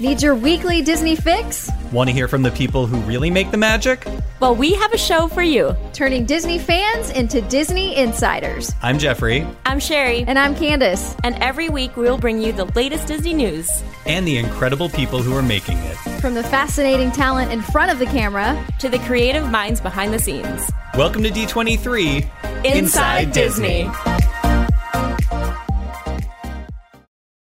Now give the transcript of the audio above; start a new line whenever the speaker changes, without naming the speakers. Need your weekly Disney fix?
Want to hear from the people who really make the magic?
Well, we have a show for you.
Turning Disney fans into Disney insiders.
I'm Jeffrey,
I'm Sherry,
And I'm Candace.
and every week we'll bring you the latest Disney news
and the incredible people who are making it.
From the fascinating talent in front of the camera,
to the creative minds behind the scenes.
Welcome to D23
Inside Disney.